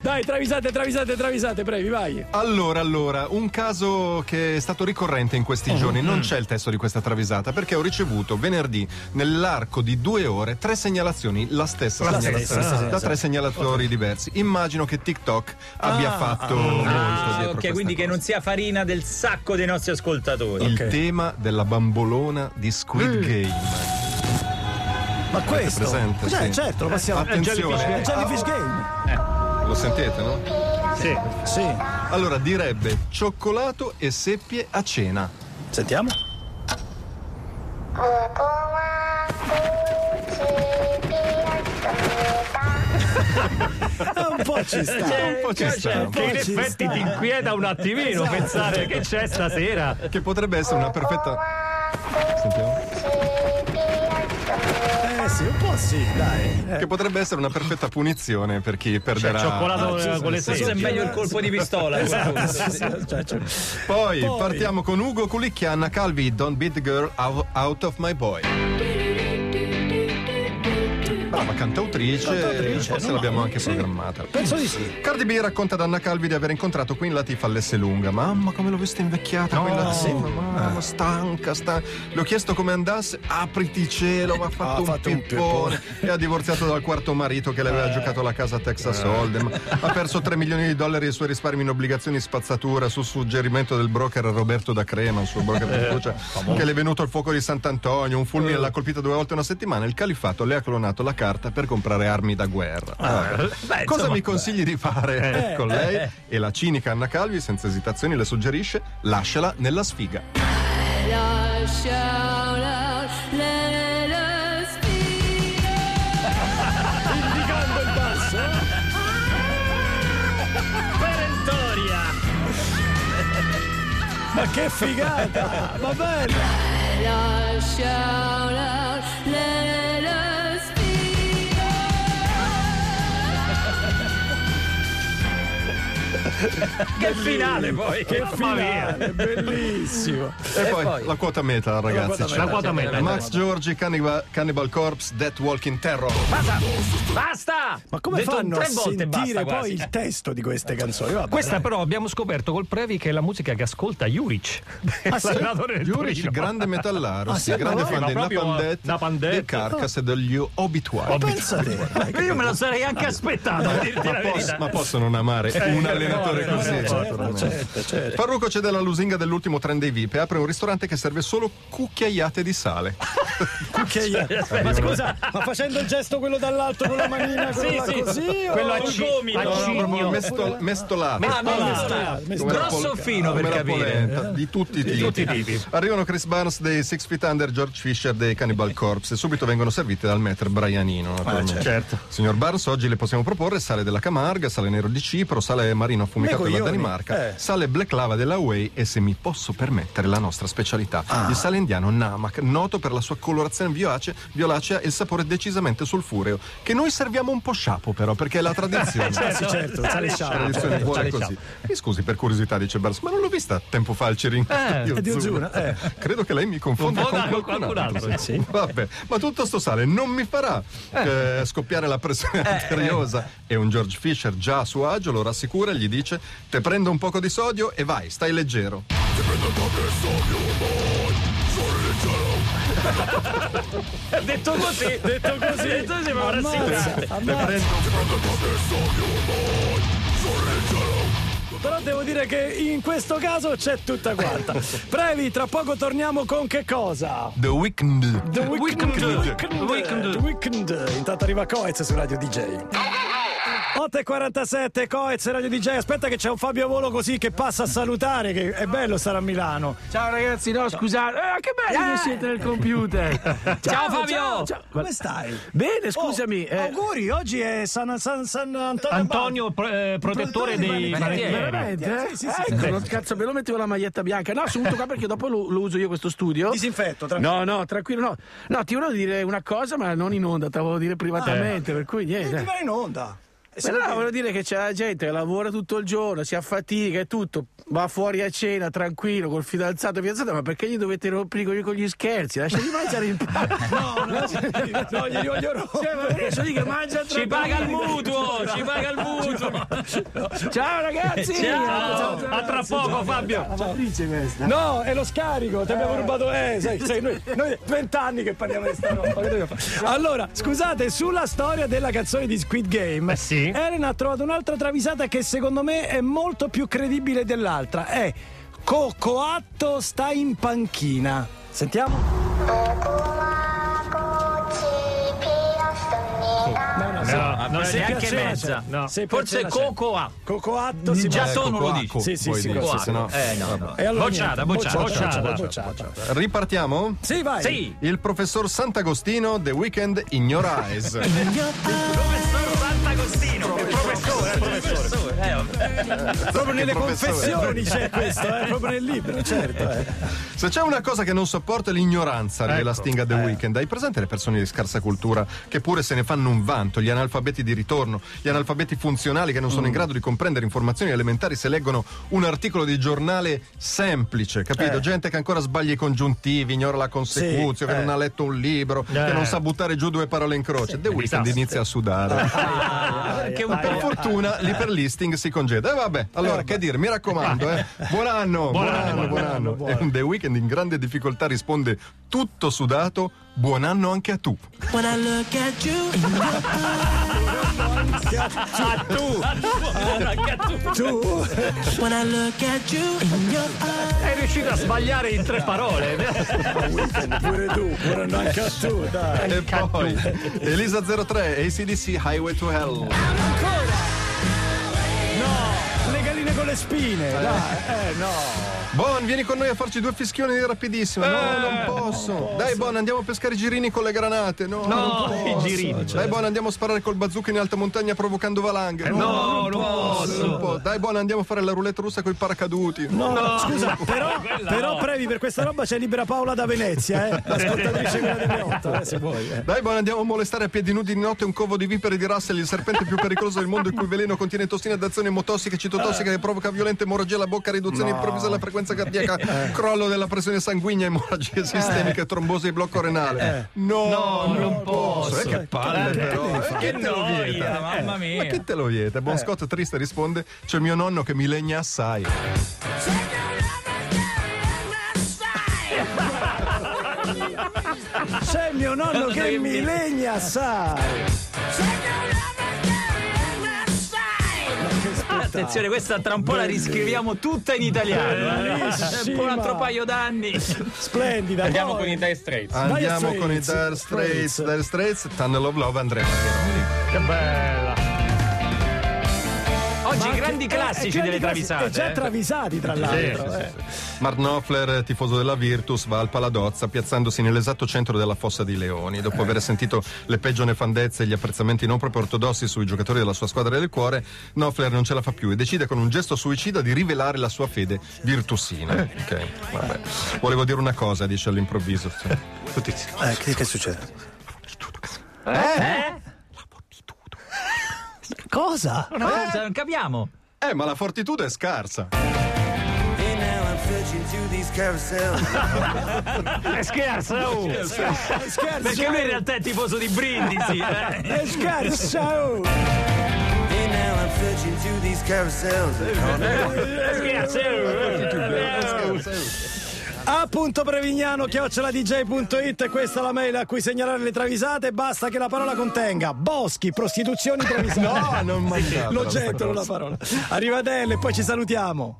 Dai, travisate, travisate, travisate, brevi, vai. Allora, allora, un caso che è stato ricorrente in Mm, questi giorni, non c'è il testo di questa travisata, perché ho ricevuto venerdì, nell'arco di due ore, tre segnalazioni, la stessa La segnalazione, stessa, la stessa. da tre segnalatori diversi. Immagino che TikTok abbia fatto molto Ah, dietro ok, questa quindi che cosa. non sia farina del sacco dei nostri ascoltatori. Il tema della bambolona di Mm. Squid Game. Ma questo? presente, Cioè, sì. certo, lo passiamo. Attenzione, È Jellyfish Game. lo sentite, no? Sì. Sì. Allora, direbbe cioccolato e seppie a cena. Sentiamo. Eh, Un po' ci sta. Un po' ci sta, un po' Che in ci sta. Esatto. effetti ti inquieta un attimino pensare che c'è stasera. Che potrebbe essere una perfetta. Sentiamo. Eh sì, un po' sì, dai. Eh, Che potrebbe essere una perfetta punizione per chi Cioè, perderà. cioccolato Ah, sì, eh, con le sì, Forse è sedie. meglio il colpo di pistola. Esatto. sì, sì, cioè, cioè, Poi, Poi. partiamo con Ugo Culicchian, Calvi, Don't Beat the Girl Out, Out of My Boy. Brava cantautrice, Cantautrice, forse no, l'abbiamo no, anche sì. programmata. Penso di sì. Cardi B racconta ad Anna Calvi di aver incontrato Queen Latifah all'Esselunga. Mamma, come l'ho vista invecchiata quella sì, Eh. mamma, stanca, stanca. Le ho chiesto come andasse, apriti cielo, ma ha fatto, Ah, ha fatto un un Eh. pippone. E ha divorziato dal quarto marito che le aveva giocato la casa a Texas Hold'em. Ha perso 3 milioni di dollari e i suoi risparmi in obbligazioni spazzatura su suggerimento del broker Roberto da Crema, il suo broker Eh, di fiducia, che le è venuto il fuoco di Sant'Antonio. Un fulmine l'ha colpita due volte in una settimana. Il califato le ha clonato la carta per comprare armi da guerra. Beh, Eh, Cosa insomma, mi consigli di fare con lei? E la cinica Anna Calvi, senza esitazioni, le suggerisce: lasciala nella sfiga. Indicando il basso. Perentoria. Ma che figata! Ma bello! Che finale poi. Che Mamma mia. È bellissimo. E, poi, la quota meta, ragazzi. quota c'è. La quota meta. Max Giorgi, Cannibal, Cannibal Corpse, Death Walking Terror. Basta! Basta! Ma come Detto fanno a tre sentire volte basta poi Eh. quasi. il testo di queste canzoni? Vabbè, Questa dai. però abbiamo scoperto col Previ che è la musica che ascolta Juric. Ah, sì? L'allenatore del Juric, Torino. grande metallaro, sì, sì, grande ma fan no, dei proprio Napandette, Napalm Death. dei Carcass e degli Obituari. Ob- Pensa te. Ma Io me lo sarei anche aspettato, a dirti Ma la posso, verità. ma posso non amare un allenatore no, così? no, certo, naturalmente. certo, certo. Parrucco c'è della lusinga dell'ultimo trend dei VIP e apre un ristorante che serve solo cucchiaiate di sale. Cioè, Ok, ma scusa, ma facendo il gesto quello dall'alto con la manina, quello sì. così? o- Quello a o ci- gomito? a No, no, proprio Cigno. mesto- mestolato. Ah, Mestolato. meglio Ah, stare. Come la Grosso o pol- fino per come la capire. polenta, di tutti i tipi. tutti i tipi. Arrivano Chris Barnes dei Six Feet Under, George Fisher dei Cannibal Corpse e subito vengono servite dal maître Brianino. naturalmente. certo. Signor Barnes, oggi le possiamo proporre sale della Camarga, sale nero di Cipro, sale marino affumicato Me della coglioni. Danimarca, Eh. sale black lava della Way e se mi posso permettere la nostra specialità, il sale indiano Namak, noto per la sua colorazione violace- violacea e il sapore decisamente sulfureo, che noi serviamo un po' sciapo però perché è la tradizione. Ah, sì, certo, sale sciapo. Tradizione certo, buona sale così. Mi scusi per curiosità, dice Barnes, ma non l'ho vista tempo fa al Eh, Cirinca è di Ozuna, eh. Credo che lei mi confonda con Confonda qualcun, con qualcun altro. altro, Vabbè, ma tutto sto sale non mi farà eh, scoppiare la pressione arteriosa. E un George Fisher già a suo agio lo rassicura e gli dice: Te prendo un poco di sodio e vai, stai leggero. Detto così. Detto così. Detto così mi avrà Ammazza, sicuramente. ammazza. Però devo dire che in questo caso c'è tutta quanta. Previ, tra poco torniamo con che cosa? The Weeknd. Ecco The Weeknd. Weeknd. Weeknd. Weeknd. Intanto arriva Coez su Radio DJ. 8.47 Coez Radio DJ. Aspetta che c'è un Fabio Volo così che passa a salutare, che è bello stare a Milano. Ciao ragazzi, no scusate, Eh, che belli che siete nel computer. Ciao, Ciao, Fabio. ciao. Come stai? Bene, scusami. Oh, eh, Auguri, oggi è San, San, San Antonio. Antonio, pro- eh, protettore dei malettieri. veramente? eh? Sì, sì, sì. ecco, lo cazzo, me lo mettevo la maglietta bianca. No, sono venuto qua perché dopo lo, lo uso io questo studio. Disinfetto, tranquillo. No, no, tranquillo, no. No, ti volevo dire una cosa, ma non in onda, te la volevo dire privatamente, per cui Eh, ti niente. vai in onda. Beh, no, voglio dire che c'è la gente che lavora tutto il giorno, si affatica e tutto, va fuori a cena tranquillo col fidanzato fidanzata, ma perché gli dovete rompere i coglioni con gli scherzi? Lasciali mangiare in pace. No, no, no, gli voglio rompere. Cioè, ma perché sono lì che mangia Ci tranquillo? paga il mutuo, ci paga il mutuo. Ciao ragazzi! Ciao, a tra poco Fabio. Matrice questa. No, è lo scarico, ti abbiamo rubato. Eh, sai, sai, noi, noi vent'anni che parliamo di sta roba. che dobbiamo fare? Allora, scusate, sulla storia della canzone di Squid Game, Eh sì. Eren ha trovato un'altra travisata che secondo me è molto più credibile dell'altra. È Cocoatto sta in panchina. Sentiamo? No, non è se neanche piaceva, mezza. c'è. No. Se Forse piaceva, c'è. Cocoa. Cocoatto si Già va- sono lo dici. Sì, sì, ecco, vuoi sì, dire, coaco. se no- Eh no, no. E allora Bocciata, niente, bocciata, bocciata. bocciata. Ripartiamo? Sì, vai. Sì. Il professor Sant'Agostino, The Weekend Ignora Eyes. Professor Sant'Agostino, il professore, il professore. Proprio nelle professore. confessioni c'è questo, eh, proprio nel libro, certo. eh. Se c'è una cosa che non sopporto è l'ignoranza, rivela Sting a The Weeknd. Hai presente le persone di scarsa cultura che pure se ne fanno un vanto, gli analfabeti di ritorno, gli analfabeti funzionali che non sono in grado di comprendere informazioni elementari se leggono un articolo di giornale semplice, capito? Gente che ancora sbaglia i congiuntivi, ignora la consecuzio, che non ha letto un libro, che non sa buttare giù due parole in croce. The Weeknd disastro. inizia a sudare. Che Per fortuna lì per listing si congeda. E Eh, vabbè, allora che dire, mi raccomando, eh. buon anno, buon anno, buon anno. E The Weeknd in grande difficoltà risponde tutto sudato, buon anno anche a tu. Tu È riuscito a sbagliare in tre parole. pure tu, pure non anche a tu, dai. E poi Elisa 03, ACDC Highway to Hell. Le galline con le spine, dai. Bon, vieni con noi a farci due fischioni rapidissimo. Eh. No, non posso. Dai, Bon, andiamo a pescare i girini con le granate. No, non i posso. girini. certo. Dai, Bon, andiamo a sparare col bazooka in alta montagna provocando valanghe. Eh, No, non posso. non posso. Dai, Bon, andiamo a fare la roulette russa con i paracaduti. No, scusa, però, però Previ, per questa roba c'è Libera Paola da Venezia, eh? L'ascoltatrice quella delle otto, eh, se vuoi. eh. Dai, buon andiamo a molestare a piedi nudi di notte un covo di vipere di Russell, il serpente più pericoloso del mondo, il cui veleno contiene tossine d'azione motossica e citotossica che provoca violenta emorragia alla bocca, riduzione improvvisa della frequenza cardiaca, crollo della pressione sanguigna, emorragie sistemiche, trombosi e blocco renale. No, non posso. Eh, che palle, però. Eh, Che che te lo noia, vieta? mamma mia. Ma che te lo vieta? Bon Scott triste risponde: C'è mio nonno che mi legna assai. C'è mio nonno che mi legna, sai. Attenzione, questa tra un po' la riscriviamo tutta in italiano. eh. Bellissima. Un altro paio d'anni. Splendida. Andiamo poi. con i Dire Straits. Andiamo Dire con i Straits, Dire Straits, Straits. Dire Straits, Tunnel of Love, Andrea Pieroni. Che bella. Oggi grandi Eh, classici eh, delle grandi classi- travisate. E già eh. travisati, tra l'altro. eh. Mark Knopfler, tifoso della Virtus, va al Paladozza piazzandosi nell'esatto centro della fossa di Leoni. Dopo aver sentito le peggio nefandezze e gli apprezzamenti non proprio ortodossi sui giocatori della sua squadra del cuore, Knopfler non ce la fa più e decide con un gesto suicida di rivelare la sua fede virtusina. Ok, vabbè. Volevo dire una cosa, dice all'improvviso. Tutti che, che succede? Cosa? No, scusa, non capiamo. Eh, ma la fortitudo è scarsa. È scherzo, oh. Scherzo. Perché lui in realtà è tifoso di Brindisi. eh. è scherzo. Scherzo, oh. A.prevignano chioccioladj.it questa è la mail a cui segnalare le travisate basta che la parola contenga boschi, prostituzioni, travisate No, non mangiatela. l'oggetto, non la parola arrivatelle, poi ci salutiamo